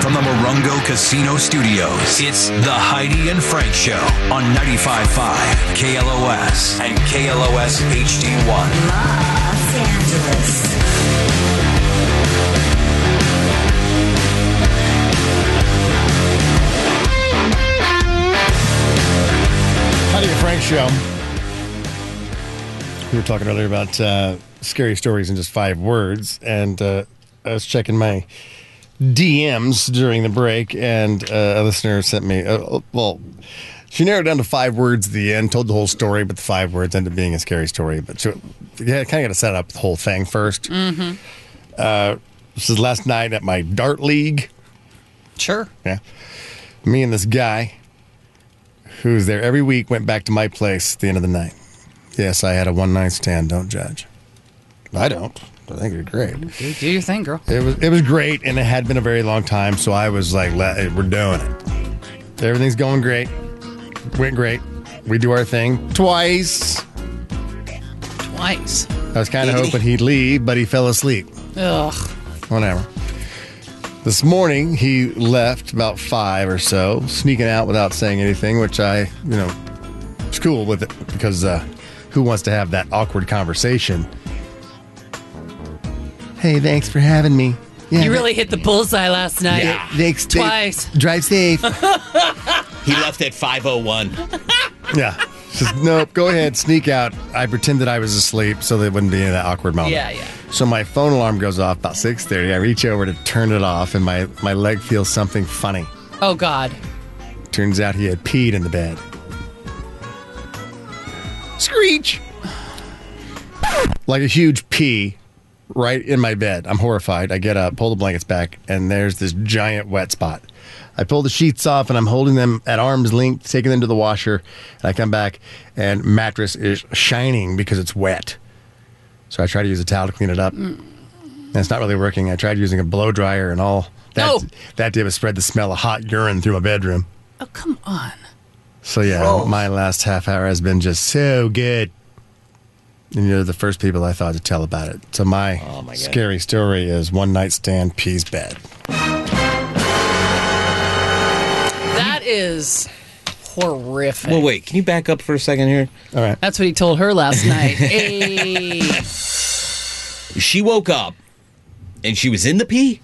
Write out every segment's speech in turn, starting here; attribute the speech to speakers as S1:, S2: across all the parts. S1: From the Morongo Casino Studios, it's the Heidi and Frank Show on 95.5 KLOS and KLOS HD1.
S2: Los Angeles.
S3: Howdy, and Frank Show. We were talking earlier about uh, scary stories in just five words, and uh, I was checking my DMs during the break, and uh, a listener sent me. Uh, well, she narrowed it down to five words at the end, told the whole story, but the five words ended up being a scary story. But she, yeah, kind of got to set up the whole thing 1st Mm-hmm. Uh, this is last night at my dart league.
S4: Sure.
S3: Yeah. Me and this guy who's there every week went back to my place at the end of the night. Yes, I had a one night stand, don't judge. I don't. I think you're great.
S4: Do, do your thing, girl.
S3: It was it was great and it had been a very long time, so I was like, "Let- hey, we're doing it. Everything's going great. Went great. We do our thing twice.
S4: Twice.
S3: I was kind of hoping he'd leave, but he fell asleep.
S4: Ugh.
S3: whatever. This morning he left about five or so, sneaking out without saying anything, which I, you know, was cool with it because uh, who wants to have that awkward conversation? Hey, thanks for having me. Yeah,
S4: You really hit the bullseye last night.
S3: yeah, thanks. thanks.
S4: Twice.
S3: Drive safe.
S5: He left at 501.
S3: yeah. Says, nope, go ahead, sneak out. I pretended I was asleep so there wouldn't be any of that awkward moment.
S4: Yeah, yeah.
S3: So my phone alarm goes off about 6.30. I reach over to turn it off and my, my leg feels something funny.
S4: Oh, God.
S3: Turns out he had peed in the bed. Screech! Like a huge pee right in my bed. I'm horrified. I get up, pull the blankets back, and there's this giant wet spot. I pull the sheets off and I'm holding them at arm's length, taking them to the washer. And I come back and mattress is shining because it's wet. So I try to use a towel to clean it up. And it's not really working. I tried using a blow dryer and all. That,
S4: No.
S3: that did was spread the smell of hot urine through my bedroom.
S4: Oh, come on.
S3: So yeah, my last half hour has been just so good. And you're the first people I thought to tell about it. So my,
S5: Oh, my God.
S3: scary story is one night stand pees bed.
S4: That is horrific.
S5: Well, wait, can you back up for a second here?
S3: All right.
S4: That's what he told her last night. Hey.
S5: She woke up and she was in the pee,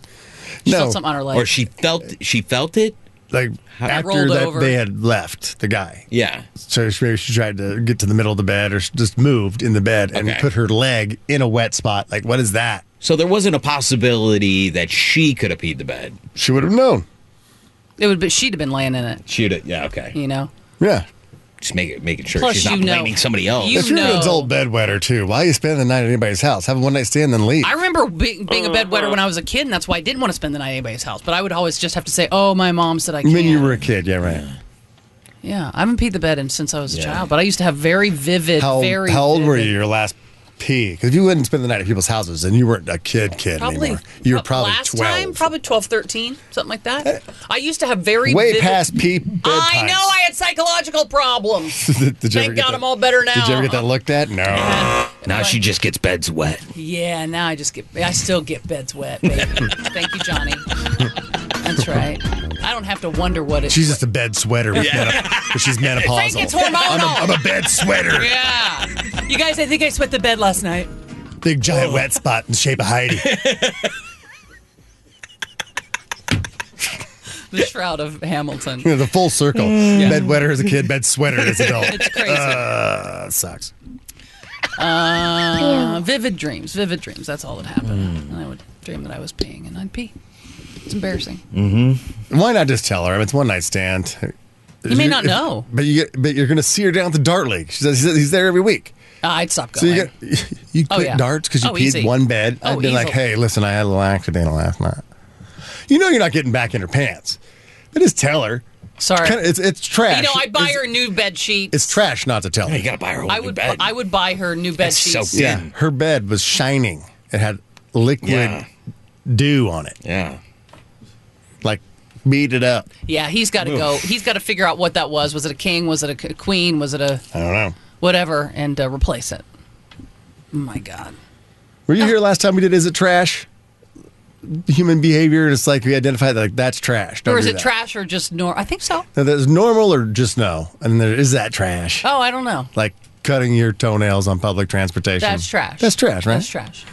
S4: She
S3: no,
S4: felt something on her leg.
S5: or she felt she felt it.
S3: like after
S4: rolled
S3: that
S4: over.
S3: they had left the guy.
S5: Yeah.
S3: So she, maybe she tried to get to the middle of the bed or she just moved in the bed and
S5: Okay.
S3: put her leg in a wet spot. Like what is that?
S5: So there wasn't a possibility that she could have peed the bed.
S3: She would have known.
S4: it would be, she'd have been laying in it,
S5: She'd have, yeah, okay.
S4: you know?
S3: Yeah.
S5: Just make it, making sure
S4: Mm. Plus,
S5: she's not
S4: you know-
S5: blaming somebody else.
S4: You
S3: if you're
S4: know.
S3: an adult bedwetter too, why you spend the night at anybody's house? Have a one night stand then leave.
S4: I remember being, being a bedwetter when I was a kid, and that's why I didn't want to spend the night at anybody's house. But I would always just have to say, oh, my mom said I can't.
S3: when you were a kid, yeah, right.
S4: yeah, I haven't peed the bed in, since I was a
S5: Yeah.
S4: child, but I used to have very vivid,
S3: How,
S4: very
S3: how old were
S4: vivid-
S3: you your last pee? Because you wouldn't spend the night at people's houses, and you weren't a kid kid
S4: probably
S3: anymore. You were
S4: uh,
S3: probably
S4: last
S3: twelve. Uh,
S4: time probably 12 13 something like that i used to have very
S3: way
S4: vivid-
S3: past pee bedtime.
S4: i know i had psychological problems
S3: did, did you ever
S4: thank
S3: get
S4: god
S3: that-
S4: i'm all better now
S3: Did you ever get that looked at? No.
S5: now she just gets beds wet.
S4: yeah now i just get i still get beds wet baby thank you johnny that's right i don't have to wonder what it's
S3: She's just a bed sweater. With menop- but she's menopausal.
S4: Frank, it's
S3: I'm,
S4: hormonal.
S3: a, I'm a bed sweater.
S4: yeah you guys i think i sweat the bed last night
S3: Big giant wet spot in the shape of Heidi.
S4: the shroud of hamilton
S3: You know, the full circle.
S4: Mm.
S3: Bed wetter as a kid, bed sweater as an adult.
S4: it's crazy
S3: Uh. that sucks.
S4: Uh, vivid dreams, vivid dreams. That's all that happened.
S3: Hmm.
S4: And I would dream that I was peeing and I'd pee. It's embarrassing.
S3: Mm. Why not just tell her? I mean, it's one night stand.
S4: You may not know.
S3: But you get, but you're going to see her down at the dart league. She says he's there every week.
S4: Uh, I'd stop
S3: So
S4: going.
S3: you get you
S4: Oh,
S3: quit
S4: yeah.
S3: darts because you
S4: Oh,
S3: peed
S4: easy.
S3: one bed.
S4: Oh,
S3: I'd be like,
S4: easily.
S3: hey, listen, I had a little accident last night. You know you're not getting back in her pants. But just tell her.
S4: Sorry.
S3: Kinda- it's it's trash.
S4: you know, I buy
S3: it's,
S4: her new bed sheet.
S3: It's trash not to tell
S5: You
S3: her.
S5: gotta buy her a
S4: I
S5: new
S4: would
S5: bed.
S4: I would buy her new bed
S5: That's so
S4: sheets.
S5: good.
S3: Yeah,
S5: didn't.
S3: her bed was shining. It had liquid
S5: Yeah.
S3: dew on it,
S5: yeah.
S3: like beat it up.
S4: Yeah, he's got to go. He's got to figure out what that was. Was it a king? Was it a c- queen? Was it a
S3: I don't know.
S4: whatever? And uh, replace it. My God.
S3: Were you here last time we did? Is it trash? human behavior? And it's like we identify that like that's trash. Don't
S4: or is
S3: do
S4: it
S3: that.
S4: trash or just nor? I think so.
S3: Now, there's normal or just no, and there is that trash.
S4: Oh, I don't know.
S3: Like cutting your toenails on public transportation.
S4: That's
S5: Hmm.
S4: trash.
S3: That's trash, right?
S4: That's trash.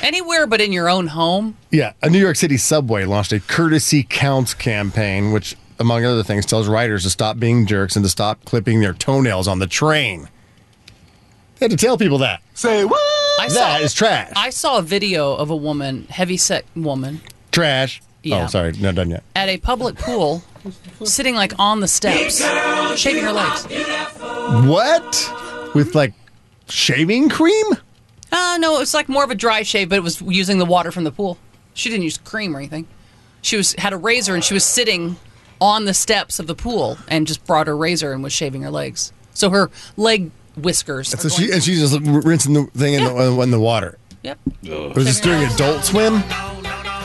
S4: Anywhere but in your own home.
S3: Yeah, a New York City subway launched a courtesy counts campaign, which, among other things, tells riders to stop being jerks and to stop clipping their toenails on the train. They had to tell people that.
S6: Say what?
S4: I saw,
S3: That is trash.
S4: I saw a video of a woman, heavy set woman,
S3: trash.
S4: Yeah.
S3: Oh, sorry, not done yet.
S4: at a public pool, sitting like on the steps, shaking her legs.
S3: What? With like shaving cream?
S4: Uh, no, it was like more of a dry shave, but it was using the water from the pool. She didn't use cream or anything. She was had a razor and she was sitting on the steps of the pool and just brought her razor and was shaving her legs. So her leg whiskers. are
S3: So
S4: going-
S3: she and she's just rinsing the thing in, the, in the water.
S4: yep.
S3: Was this during Adult Swim?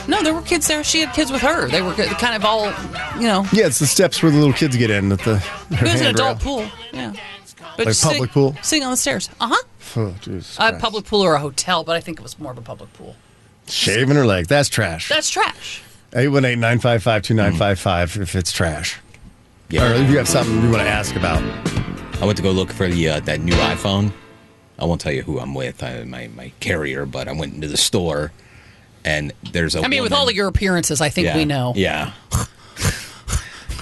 S4: No, there were kids there. She had kids with her. They were kind of all, you know,
S3: Yeah, it's the steps where the little kids get in at the.
S4: it was an
S3: handrail.
S4: adult pool. Yeah. But
S3: Like
S4: just sitting-
S3: public pool?
S4: Sitting on the stairs. Uh huh.
S3: Oh, Jesus
S4: A
S3: Christ.
S4: public pool or a hotel, but I think it was more of a public pool.
S3: Shaving her leg. That's trash.
S4: That's trash.
S3: 818 955 2955 if it's trash.
S5: Yeah.
S3: Or if you have something you want to ask about.
S5: I went to go look for the uh, that new iPhone. I won't tell you who I'm with, I, my my carrier, but I went into the store, and there's a.
S4: I mean, with
S5: woman-
S4: all of your appearances, I think
S5: yeah,
S4: we know.
S5: Yeah.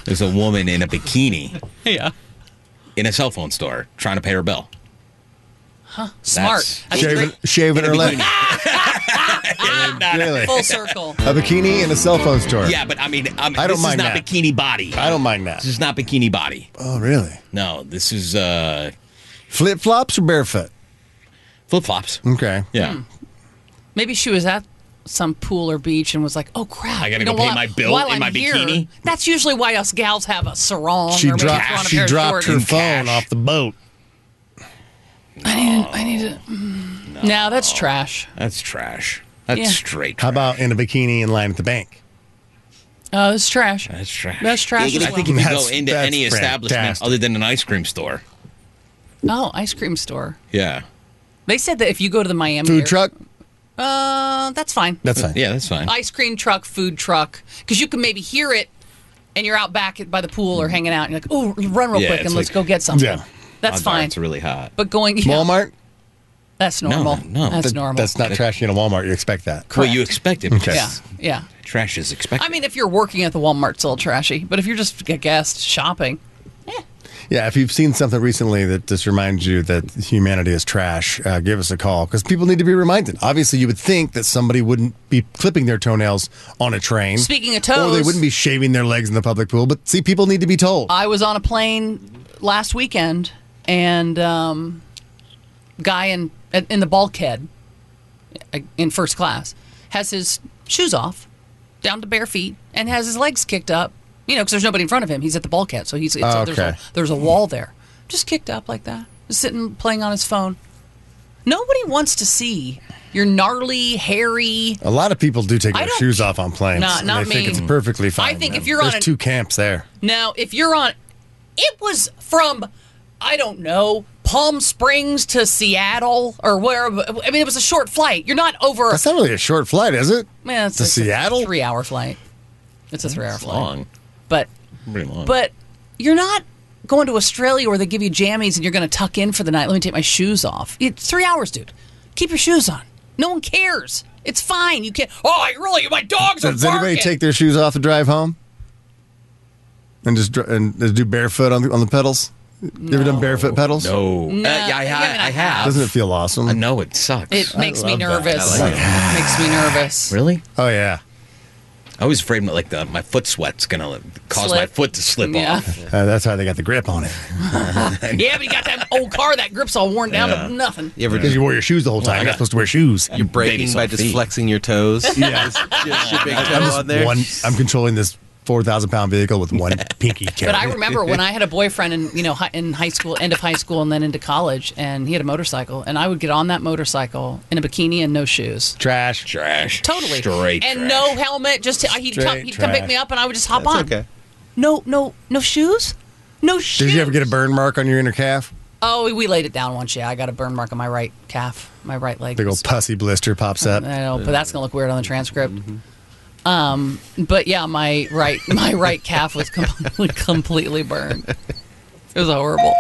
S5: there's a woman in a bikini
S4: Yeah.
S5: in a cell phone store trying to pay her bill.
S4: Smart.
S5: That's-
S4: That's
S3: Shaving,
S4: great.
S3: shaving her leg. really?
S4: Full circle.
S3: A bikini in a cell phone store.
S5: Yeah, but I mean, I, mean,
S3: I don't
S5: this
S3: mind
S5: is not
S3: that.
S5: bikini body.
S3: I don't mind that.
S5: This is not bikini body.
S3: Oh, really?
S5: No, this is uh,
S3: Flip flops or barefoot?
S5: flip
S4: Hmm.
S5: flops.
S3: Okay.
S5: Yeah.
S4: Maybe she was at some pool or beach and was like, "Oh crap!
S5: I gotta
S4: you know,
S5: go pay
S4: while-
S5: my bill
S4: while
S5: in
S4: I'm
S5: my
S4: here,
S5: bikini?
S4: That's usually why us gals have a sarong.
S3: She
S4: or maybe
S3: dropped.
S4: throw on a pair
S3: she
S4: of
S3: dropped
S4: shorts.
S3: her
S5: In
S3: phone
S5: cash.
S3: off the boat.
S4: I need. I need to. mm. No. that's trash.
S5: That's trash. That's
S4: Yeah.
S5: straight.
S3: How
S5: Trash.
S3: about in a bikini in line at the bank?
S4: Oh, that's trash.
S5: That's trash.
S4: That's trash as
S5: I think if you
S3: well.
S5: go into
S3: That's-
S5: any
S3: that's
S5: establishment
S3: fantastic.
S5: other than an ice cream store,
S4: oh, ice cream store.
S5: yeah,
S4: They said that if you go to the Miami
S3: Food
S4: area-
S3: truck?
S4: uh, that's fine.
S3: That's fine.
S5: yeah, that's fine.
S4: Ice cream truck, food truck, because you can maybe hear it, and you're out back at- by the pool or hanging out, and you're like, "Oh, run real
S5: Yeah,
S4: quick
S5: it's
S4: and let's
S5: like-
S4: go get something."
S3: Mm. Yeah.
S4: That's
S5: Odds are
S4: fine.
S5: It's really hot.
S4: But going yeah,
S3: Walmart?
S4: that's normal.
S5: no.
S4: that's
S5: That-
S4: normal.
S3: That's not trashy in a Walmart. You expect that.
S5: Well, you expect it because
S4: Yeah, yeah.
S5: trash is expected.
S4: I mean, if you're working at the Walmart, it's a little trashy. But if you're just a guest shopping,
S3: Yeah, if you've seen something recently that just reminds you that humanity is trash, uh, give us a call because people need to be reminded. Obviously, you would think that somebody wouldn't be clipping their toenails on a train.
S4: Speaking of
S3: or they
S4: toes-
S3: wouldn't be shaving their legs in the public pool. But see, people need to be told.
S4: I was on a plane last weekend, and um, guy in in the bulkhead uh, in first class has his shoes off, down to bare feet, and has his legs kicked up. You know, because there's nobody in front of him. He's at the bulkhead, so he's it's,
S3: Oh,
S4: there's, a,
S3: okay.
S4: there's a wall there, just kicked up like that, just sitting playing on his phone. Nobody wants to see your gnarly, hairy.
S3: a lot of people do take
S4: I
S3: their
S4: don't-
S3: shoes off on planes.
S4: Nah,
S3: and
S4: not
S3: they think
S4: me.
S3: it's perfectly fine.
S4: think
S3: man.
S4: if you're on
S3: There's
S4: an-
S3: two camps there.
S4: Now, if you're on, it was from, I don't know, Palm Springs to Seattle or where. I mean, it was a short flight. You're not over.
S3: That's not really a short flight, is it?
S4: Man, it's
S3: to
S4: a-
S3: Seattle?
S4: Three hour flight. It's a three hour
S5: It's
S4: flight.
S5: long,
S4: But,
S5: pretty long.
S4: but you're not going to Australia where they give you jammies and you're going to tuck in for the night. Let me take my shoes off. It's three hours, dude. Keep your shoes on. No one cares. It's fine. You can't. Oh, I really. My dogs are
S3: Does anybody
S4: barking."
S3: take their shoes off to drive home? And just dr- and just do barefoot on the on the pedals. You ever done barefoot pedals?
S5: no, Uh, yeah, I,
S4: yeah, I mean,
S5: I,
S4: I
S5: have.
S3: Doesn't it feel awesome?
S5: I know it sucks.
S4: It makes me
S3: love that.
S5: I
S4: nervous.
S5: like
S4: makes me nervous.
S5: really?
S3: Oh yeah,
S5: I was afraid that, like the my foot sweat's gonna cause my
S4: Slip.
S5: foot to slip
S4: Yeah.
S5: off.
S3: Uh, that's how they got the grip on it.
S4: Yeah, but you got that old car that grip's all worn down
S5: Yeah.
S4: to nothing.
S7: You ever
S3: Because
S7: just
S3: you wore your shoes the whole time. You're not supposed to wear shoes.
S7: you're
S5: Baby's
S7: breaking by
S5: on
S7: just
S5: feet.
S7: flexing your toes? Yeah, just, just your big toe on there.
S3: One, I'm controlling this four thousand pound vehicle with one pinky.
S4: But I remember when I had a boyfriend in you know hi- in high school, end of high school, and then into college, and he had a motorcycle, and I would get on that motorcycle in a bikini and no shoes.
S3: trash.
S5: Trash.
S4: Totally.
S5: Straight.
S4: And
S5: trash.
S4: no helmet. Just I he'd, come,
S3: Straight
S4: he'd come pick
S3: trash.
S4: me up, and I would just hop
S7: That's
S4: on.
S7: okay.
S4: No, no, no shoes. No shoes.
S3: Did you ever get a burn mark on your inner calf?
S4: Oh, we laid it down once. Yeah, I got a burn mark on my right calf, my right leg.
S3: Big old pussy blister pops up.
S4: Uh, I know, but that's gonna look weird on the transcript. Um, But yeah, my right my right calf was completely completely burned. It was horrible.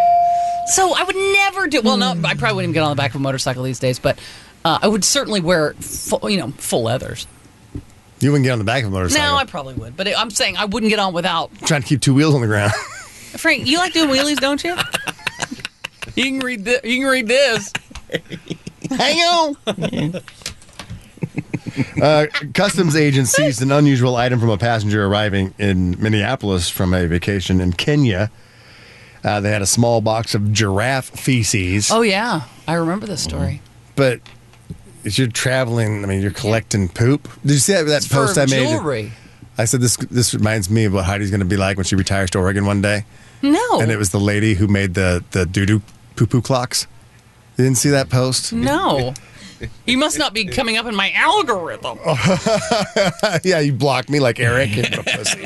S4: So I would never do. Well, no, I probably wouldn't even get on the back of a motorcycle these days, but uh, I would certainly wear full, you know full leathers.
S3: You wouldn't get on the back of a motorcycle.
S4: No, I probably would, but I'm saying I wouldn't get on without.
S3: trying to keep two wheels on the ground.
S4: Frank, you like doing wheelies, don't you? You can read. Th- you can read this.
S3: Hang on. uh, customs agent seized an unusual item from a passenger arriving in Minneapolis from a vacation in Kenya. Uh, they had a small box of giraffe feces,
S4: Oh yeah, I remember this story.
S3: but if you're traveling, I mean, you're collecting poop. Did you see that, that post
S4: For
S3: I made?
S4: jewelry.
S3: I said this. This reminds me of what Heidi's going to be like when she retires to Oregon one day.
S4: No.
S3: And it was the lady who made the the doo doo poo poo clocks. You didn't see that post?
S4: Mm. no. You must not be coming up in my algorithm.
S3: Oh. yeah, you blocked me like Eric. And pussy.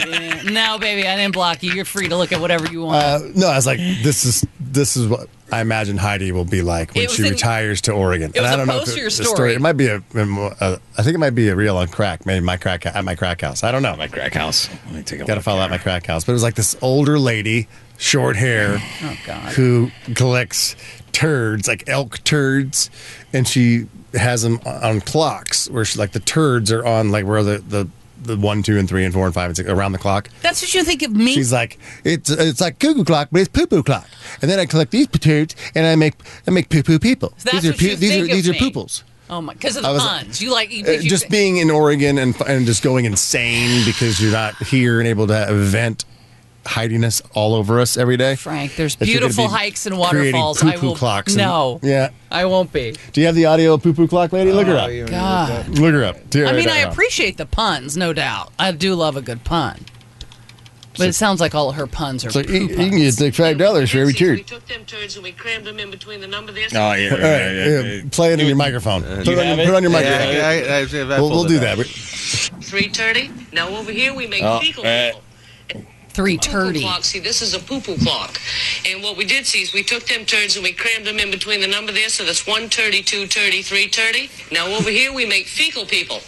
S4: No, baby, I didn't block you. You're free to look at whatever you want.
S3: Uh, no, I was like, this is this is what I imagine Heidi will be like when
S4: It was
S3: she
S4: in-
S3: retires to Oregon.
S4: was
S3: I
S4: a
S3: don't know if
S4: post or
S3: it-
S4: your
S3: the
S4: story?
S3: It might be a, a. I think it might be a reel on crack. Maybe my crack at my crack house. I don't know.
S5: My crack house. Let me take a
S3: Got to
S5: look
S3: follow out
S5: here.
S3: my crack house. But it was like this older lady, short hair,
S4: oh God.
S3: who collects turds, like elk turds, and she has them on clocks where she like the turds are on like where the the. The one, two, and three, and four, and five, and six around the clock.
S4: That's what you think of me.
S3: She's like, it's it's like cuckoo clock, but it's poo poo clock. And then I collect these turds and I make I make poo poo people.
S4: That's
S3: these are
S4: what you
S3: these
S4: think
S3: are
S4: of
S3: these are
S4: me.
S3: pooples.
S4: oh my, because of the
S3: I was-
S4: puns. You like you,
S3: Uh,
S4: you-
S3: just being in Oregon and and just going insane because you're not here and able to vent hidiness all over us every day.
S4: Frank. There's
S3: That you're gonna
S4: beautiful
S3: be
S4: hikes and
S3: creating
S4: waterfalls. I
S3: poo-poo
S4: will
S3: clocks and-
S4: no.
S3: yeah.
S4: I won't be.
S3: Do you have the audio of poo poo clock lady?
S7: Oh,
S3: Look her up.
S4: God.
S3: Look her up.
S4: I mean, I appreciate the puns, no doubt. I do love a good pun. But it sounds like all of her puns are
S3: So
S4: poo
S3: you, you
S4: puns.
S3: can get like five dollars for every
S6: We
S3: turd.
S6: took them turds and we crammed them in between the number there.
S5: Oh yeah,
S3: All
S5: yeah,
S3: right,
S5: yeah, yeah.
S3: yeah, play it in your microphone.
S7: uh,
S3: Put it on your,
S5: have it?
S3: put it on your
S7: Yeah,
S3: microphone.
S7: I- I- I- I
S3: We'll, we'll
S7: pulled it
S3: do
S7: up.
S3: that. We-
S6: 3.30. Now over here we make
S5: Oh,
S3: uh,
S6: fecal
S5: eh.
S6: people.
S4: Three
S6: Poo-poo
S4: turdy.
S6: clock. See, this is a poo-poo clock. And what we did see is we took them turds and we crammed them in between the number there. So that's 130, 230, 330. Now over here we make fecal people.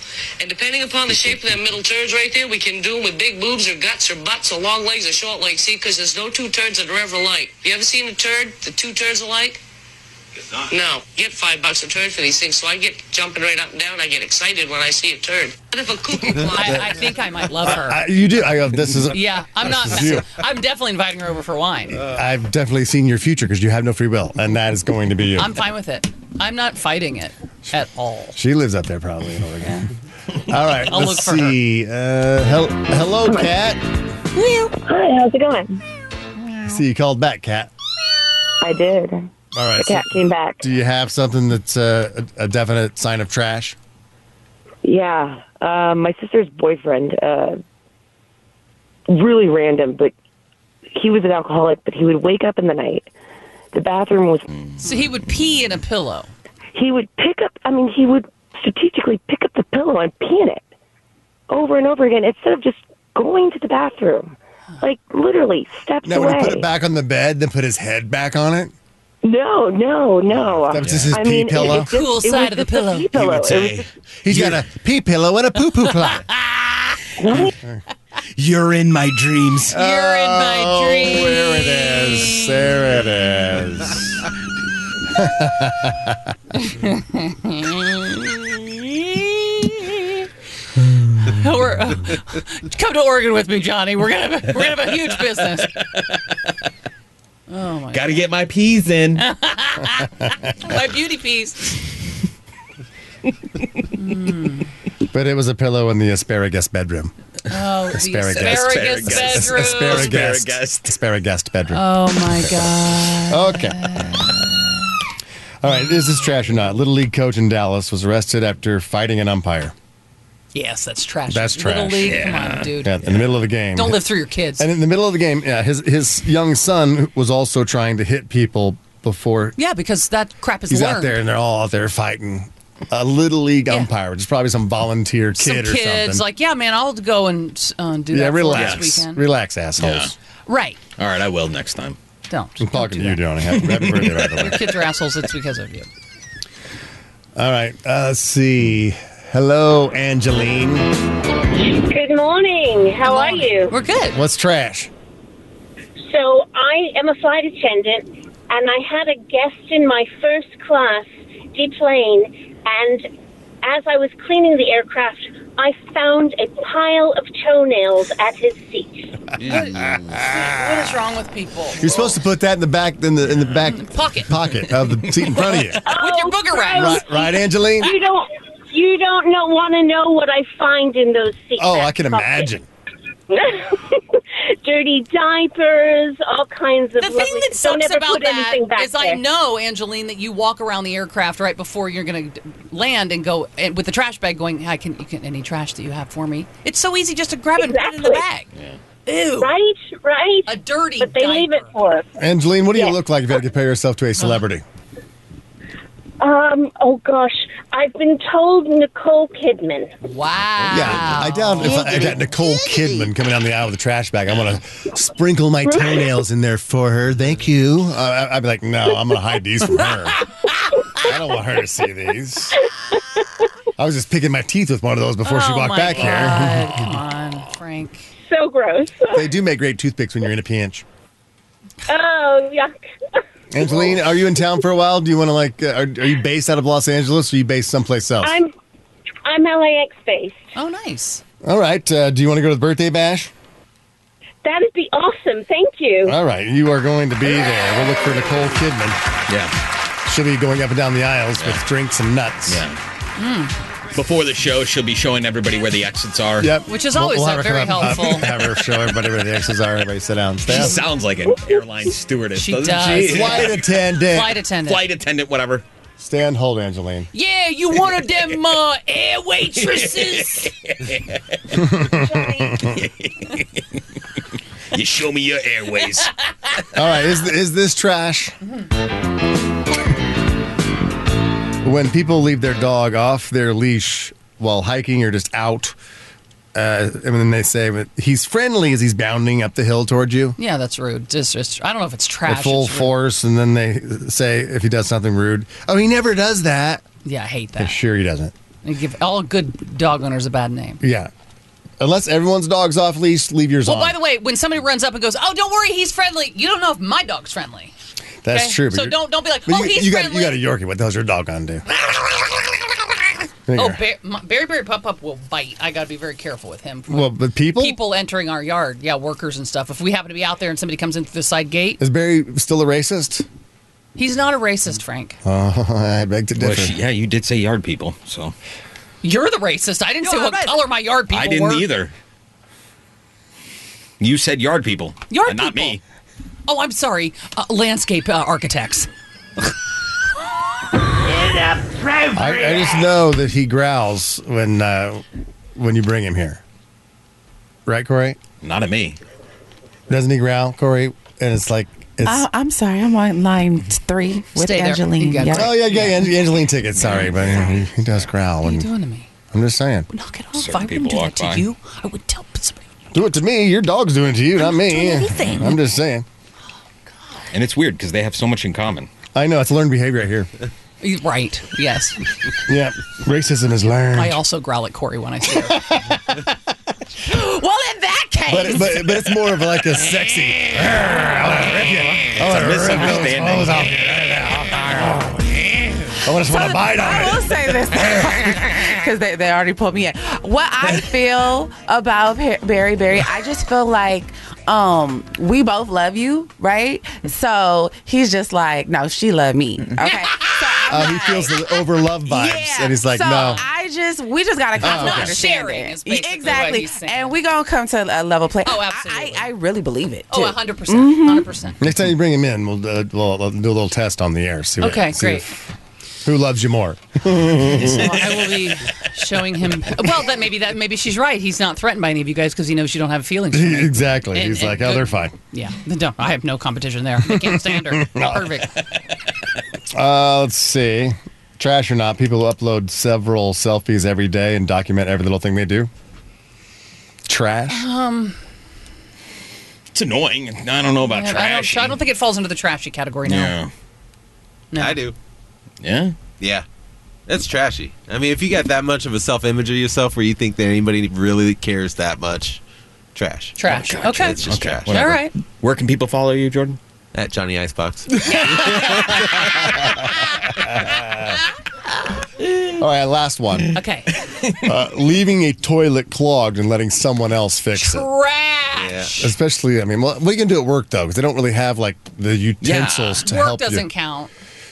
S6: And depending upon the shape of that middle turds right there, we can do them with big boobs or guts or butts or long legs or short legs. See, because there's no two turds that are ever alike. You ever seen a turd, the two turds alike? No, get five bucks a turd for these things. So I get jumping right up and down. I get excited when I see a turd. What if a cuckoo clock?
S4: I, I think I might love her.
S3: I- you do. I go. This is.
S4: yeah, I'm not.
S3: is you.
S4: I'm definitely inviting her over for wine.
S3: I've definitely seen your future because you have no free will, and that is going to be you.
S4: I'm fine with it. I'm not fighting it at all.
S3: she lives up there, probably in Oregon. All right,
S4: I'll
S3: let's
S4: look for her.
S3: see. Uh, hel- hello, cat.
S8: Hi, how's it going?
S3: See, you called back, cat.
S8: I did. The
S3: All right. so
S8: cat came back.
S3: do you have something that's uh, a, a definite sign of trash?
S8: Yeah. Uh, my sister's boyfriend, uh, really random, but he was an alcoholic, but he would wake up in the night. The bathroom was,
S4: So he would pee in a pillow.
S8: he would pick up, I mean, he would strategically pick up the pillow and pee in it over and over again instead of just going to the bathroom. Like, literally, steps
S3: Now, would
S8: away.
S3: he put it back on the bed, then put his head back on it?
S8: No, no, no.
S3: That was just his
S8: I
S3: pee
S8: mean, it-
S3: pillow?
S8: it just-
S4: Cool
S8: it was
S4: side of the
S8: just a
S4: pillow.
S8: pee
S3: He
S8: pillow.
S3: would
S8: It was
S3: say, "He's got a pee pillow and a poo poo clock."
S5: You're in my dreams.
S4: You're in my
S3: Oh,
S4: dream.
S3: there it is. There it is.
S4: We're, uh, come to Oregon with me, Johnny. We're gonna we're gonna have a huge business. Oh my
S5: Got to get my peas in.
S4: my beauty piece.
S3: But it was a pillow in the asparagus bedroom.
S4: Oh, the
S3: Asparagus.
S4: asparagus,
S5: Asparagus.
S4: bedroom.
S3: Asparagus.
S5: Asparagus.
S3: Asparagus bedroom.
S4: Oh my god.
S3: Okay. All right, is this trash or not? Little League coach in Dallas was arrested after fighting an umpire
S4: Yes, that's trash.
S3: That's
S4: Little
S3: trash.
S4: league. Come on, dude.
S3: yeah, in the middle of the game.
S4: Don't live through your kids.
S3: And in the middle of the game, yeah, his his young son was also trying to hit people before
S4: yeah, because that crap is
S3: he's
S4: learned.
S3: out there, and they're all out there fighting a little league
S4: Yeah.
S3: umpire, which is probably some volunteer
S4: Some
S3: kid or
S4: kids
S3: something.
S4: like, yeah, man, I'll go and uh, do
S3: yeah,
S4: that for us this
S3: relax,
S4: weekend.
S3: relax, assholes.
S4: Right.
S5: All right, I will next time.
S4: Don't.
S3: I'm talking to you, Johnny. Happy, happy birthday, by the way.
S4: Kids are assholes. It's because of you.
S3: All right. Uh, let's see. Hello, Angeline.
S9: Good morning. How are you?
S4: We're good.
S3: What's trash?
S9: So I am a flight attendant, and I had a guest in my first class deplane, and as I was cleaning the aircraft, I found a pile of toenails at his seat.
S4: What is wrong with people?
S3: Ah. You're supposed to put that in the back in the in the back
S4: Pocket.
S3: pocket of the seat in front of you.
S4: With your booger rag.
S3: Right, right, Angeline?
S4: Ah.
S9: You don't, you don't know, want to know what I find in those seats.
S3: Oh, I can imagine.
S9: Dirty diapers, all kinds of
S4: The
S9: lovely
S4: thing that
S9: Don't
S4: sucks
S9: ever
S4: about
S9: put anything
S4: that
S9: back
S4: is
S9: there.
S4: I know, Angeline, that you walk around the aircraft right before you're going to land and go and with the trash bag going, I can, you can, any trash that you have for me. It's so easy just to grab it and put it in the bag.
S9: Exactly.
S4: Ew.
S9: Right, right.
S4: A dirty
S9: But they leave it
S4: diaper.
S9: for us.
S3: Angeline, what do you
S9: Yeah.
S3: look like if you had to compare yourself to a celebrity?
S9: Um. Oh gosh, I've been told Nicole Kidman.
S4: Wow.
S3: Yeah, I doubt if I, I got Nicole Kidman coming down the aisle with a trash bag, I'm gonna sprinkle my toenails in there for her. Thank you. Uh, I- I'd be like, no, I'm gonna hide these from her. I don't want her to see these. I was just picking my teeth with one of those before she
S4: Oh
S3: walked
S4: my
S3: back here.
S4: God. Come on, Frank.
S9: So gross.
S3: They do make great toothpicks when you're in a pinch.
S9: Oh yuck.
S3: Angeline, are you in town for a while? Do you want to like? Uh, are, are you based out of Los Angeles? Or are you based someplace else?
S9: I'm I'm LAX based.
S4: Oh, nice.
S3: All right. Uh, do you want to go to the birthday bash?
S9: That'd be awesome. Thank you.
S3: All right, you are going to be there. We'll look for Nicole Kidman.
S5: Yeah,
S3: She'll be going up and down the aisles with drinks and nuts.
S5: yeah. Hmm. Before the show, she'll be showing everybody where the exits are.
S3: Yep.
S4: Which is
S3: We'll-
S4: always
S3: we'll
S4: uh,
S3: have her
S4: very
S3: come up,
S4: helpful.
S3: Have her show everybody where the X's are. Everybody sit down.
S5: She
S3: Stand.
S5: sounds like an airline stewardess,
S4: She
S5: doesn't
S4: does.
S5: she?
S3: Flight attendant.
S4: Flight attendant.
S5: Flight attendant, whatever.
S3: Stand. Hold, Angeline.
S4: Yeah, you one of them uh, air waitresses.
S5: You show me your airways.
S3: All right. Is is this trash? When people leave their dog off their leash while hiking or just out, uh, and then they say "But he's friendly as he's bounding up the hill towards you.
S4: yeah, that's rude. Just, just, I don't know if it's
S3: at
S4: trash.
S3: full
S4: it's rude.
S3: force, and then they say if he does something rude, oh, he never does that.
S4: Yeah, I hate that.
S3: Sure, he doesn't.
S4: They give all good dog owners a bad name.
S3: Yeah, unless everyone's dog's off leash, leave yours
S4: Well,
S3: on.
S4: by the way, when somebody runs up and goes, "Oh, don't worry, he's friendly," you don't know if my dog's friendly.
S3: that's
S4: okay?
S3: true. but
S4: So
S3: you're-
S4: don't don't be like,
S3: but
S4: "Oh,
S3: you,
S4: he's
S3: you got
S4: friendly."
S3: you got a Yorkie. What the hell's your dog gonna do? There you
S4: oh,
S3: are.
S4: Bar- my, Barry Barry Pup Pup will bite. I got to be very careful with him.
S3: well, but people?
S4: People entering our yard, yeah, workers and stuff. If we happen to be out there and somebody comes in through the side gate,
S3: is Barry still a racist?
S4: he's not a racist, Frank.
S3: I beg to
S5: Well,
S3: differ.
S5: she- yeah, you did say yard people, so
S4: You're the racist. I didn't say what color my yard people
S5: I didn't
S4: were.
S5: either. You said yard people.
S4: Yard
S5: and not
S4: people.
S5: me.
S4: Oh, I'm sorry, uh, landscape uh, architects.
S3: I, I just know that he growls when uh, when you bring him here. Right, Corey?
S5: Not at me.
S3: Doesn't he growl, Corey? And it's like it's.
S10: I, I'm sorry, I'm on line three with
S4: Stay there.
S10: Angeline.
S4: You got
S10: Yeah.
S4: it.
S3: Oh yeah, yeah, Ang- Angeline tickets. Sorry, but he, he does growl.
S4: What are you
S3: When,
S4: doing to me?
S3: I'm just saying,
S4: Knock it off.
S5: Certain
S4: Oh, I wouldn't
S5: people
S4: do
S5: walk
S4: that to
S5: by.
S4: you. I would tell somebody.
S3: do it to me. Your dog's doing it to you, not me.
S10: anything.
S3: I'm just saying.
S5: And it's weird because they have so much in common.
S3: I know it's learned behavior right here.
S4: Right. Yes.
S3: Yeah, racism is learned.
S4: I also growl at Corey when I see her. well, in that case,
S3: but, it- but but it's more of like a sexy. I want to rip you. I want to rip those
S5: misunderstanding.
S3: clothes off you. I just want to bite
S10: I
S3: on
S10: will
S3: it.
S10: say this because they, they already pulled me in. What I feel about Pe- Barry Barry, I just feel like um we both love you, right? So he's just like, no, she loved me. Okay. So
S3: Uh,
S10: I'm
S3: Mm-hmm. he
S10: like-
S3: feels the overlove vibes,
S10: Yeah.
S3: and he's like,
S10: so
S3: no. Oh,
S10: I just, we just got to come
S3: okay.
S10: to
S4: Sharing
S10: understanding.
S4: is basically what
S10: exactly.
S4: he's saying.
S10: and we going to come to a level play.
S4: Oh,
S10: I-
S4: absolutely.
S10: I, I, really believe it.
S4: oh,
S10: too.
S4: 100 percent, 100 percent.
S3: Next time you bring him in, we'll, uh, we'll, we'll do a little test on the air. See what,
S4: Okay,
S3: see
S4: great.
S3: if- who loves you more?
S4: Well, I will be showing him. Well, that maybe that maybe she's right. He's not threatened by any of you guys because he knows you don't have feelings. for me.
S3: exactly.
S4: And-
S3: he's
S4: and
S3: like, oh,
S4: good-
S3: they're fine.
S4: Yeah, no, I have no competition there. They can't stand her. Perfect.
S3: Uh, let's see. Trash or not, people upload several selfies every day and document every little thing they do. Trash.
S5: It's annoying. I don't know about
S4: I
S5: trash.
S4: don't, I don't think it falls under the trashy category now.
S5: Yeah.
S4: No.
S7: I do.
S5: Yeah.
S7: Yeah. That's trashy. I mean, if you got that much of a self image of yourself where you think that anybody really cares that much, trash.
S4: Trash. okay.
S7: It's just trash.
S4: All right.
S7: Where can people follow you, Jordan? At Johnny Icebox.
S3: All right, last one.
S4: Okay.
S3: uh, leaving a toilet clogged and letting someone else fix it.
S4: Trash.
S3: Especially, I mean, what what you can do at work though, because they don't really have like the utensils to
S4: Work
S3: help
S4: doesn't
S3: you.
S4: count.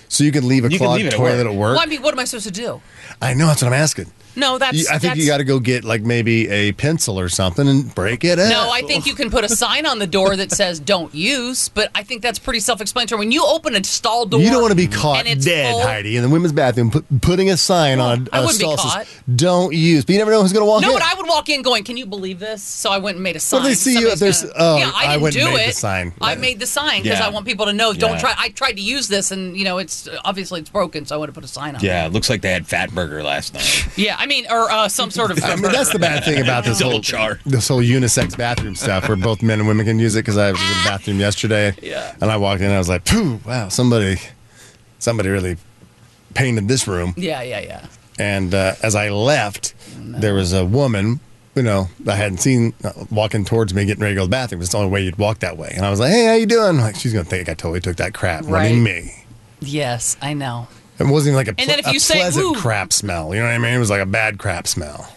S3: So you can leave a
S4: You can
S3: clogged
S4: leave it at
S3: toilet at work.
S4: Well, I mean, what am I supposed to do?
S3: I know that's what I'm asking.
S4: No, that's.
S3: You- I think you
S4: that's-
S3: got to go get like maybe a pencil or something and break it up.
S4: No, I think you can put a sign on the door that says "Don't use," but I think that's pretty self-explanatory. When you open a stall door,
S3: You don't want to be caught
S4: and it's
S3: dead,
S4: full-
S3: Heidi, in the women's bathroom put, putting a sign on
S4: I
S3: a
S4: wouldn't be
S3: stall that says,
S4: caught.
S3: "Don't use." But you never know who's going to walk
S4: No,
S3: in.
S4: but I would walk in going, "Can you believe this?" So I went and made a sign.
S3: Well, they see you if
S4: Somebody's
S3: there's-
S4: gonna-
S3: oh,
S4: yeah, I
S3: I
S4: didn't
S3: wouldn't
S4: do
S3: make the
S4: it.
S3: sign.
S4: I made the sign because
S5: Yeah.
S4: I want people to know. Don't
S5: Yeah.
S4: try. I tried to use this, and you know, it's obviously it's broken, so I would have put a sign on. it.
S5: Yeah, it looks like they had Fat Burger last night.
S4: Yeah, I mean, or uh, some sort of.
S3: I mean, that's the bad thing about this
S5: Double
S3: whole
S5: char.
S3: this whole unisex bathroom stuff, where both men and women can use it. Because I was in the bathroom yesterday,
S5: Yeah.
S3: and I walked in, and I was like, "Phew, wow, somebody, somebody really painted this room."
S4: Yeah, yeah, yeah.
S3: And uh, as I left, there was a woman, you know, I hadn't seen uh, walking towards me, getting ready to go to the bathroom. It's the only way you'd walk that way. And I was like, "Hey, how you doing?" like she's gonna think I totally took that crap, running
S4: Right.
S3: me.
S4: Yes, I know.
S3: It wasn't even like a,
S4: And then
S3: ple-
S4: if you
S3: a
S4: say,
S3: pleasant
S4: "Ooh."
S3: crap smell. You know what I mean? It was like a bad crap smell.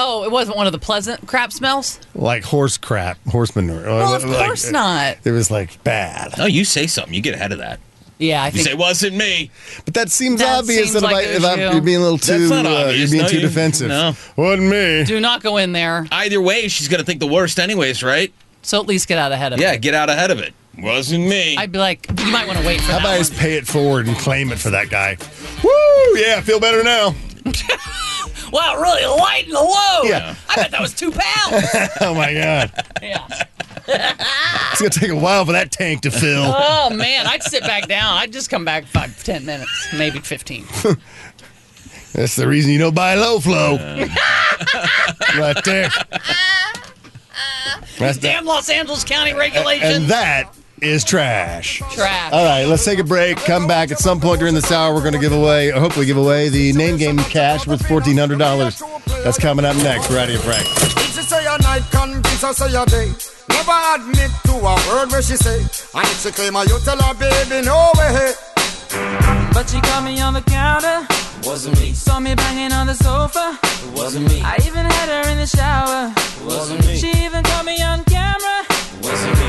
S4: Oh, it wasn't one of the pleasant crap smells.
S3: like horse crap, horse manure.
S4: Well, of course not.
S3: It was like bad.
S5: No, you say something, you get ahead of that.
S4: Yeah, I
S5: You
S4: think
S5: say, wasn't me.
S3: But that seems
S4: That
S3: obvious
S4: seems
S3: that if,
S4: like
S3: I,
S4: it
S3: if
S4: was
S3: I'm,
S4: you.
S3: you're being a little
S5: That's
S3: too,
S5: not
S3: uh,
S5: obvious.
S3: you're being
S5: No,
S3: too
S5: you-
S3: defensive.
S5: no.
S3: Wasn't me.
S4: Do not go in there.
S5: Either way, she's going to think the worst, anyways, right?
S4: So at least get out ahead of
S5: Yeah,
S4: it.
S5: get out ahead of it. Wasn't me.
S4: I'd be like, you might want to wait for
S3: How
S4: that.
S3: about I
S4: one.
S3: just pay it forward and claim it for that guy? Woo! Yeah, I feel better now.
S4: Wow, really light and low.
S3: Yeah.
S4: I bet that was two pounds.
S3: oh my god,
S4: yeah.
S3: it's gonna take a while for that tank to fill.
S4: Oh man, I'd sit back down. I'd just come back five, ten minutes, maybe fifteen.
S3: That's the reason you don't buy low flow. right there. That's
S4: Damn Los Angeles County
S3: that. Oh, And
S4: regulations.
S3: that is trash.
S4: Trash.
S3: All right, let's take a break. Come back at some point during this hour. We're going to give away, or hopefully give away, the name game cash worth fourteen hundred dollars. That's coming up next. We're out of here, Frank.
S11: If she say a night, convince her say a day. Never admit to a word where she say. And if she claim her, you tell her, baby, no way.
S12: But she caught me on the counter. Wasn't me. Saw me banging on the sofa. Wasn't me. I even had her in the shower. Wasn't me. She even caught me on camera.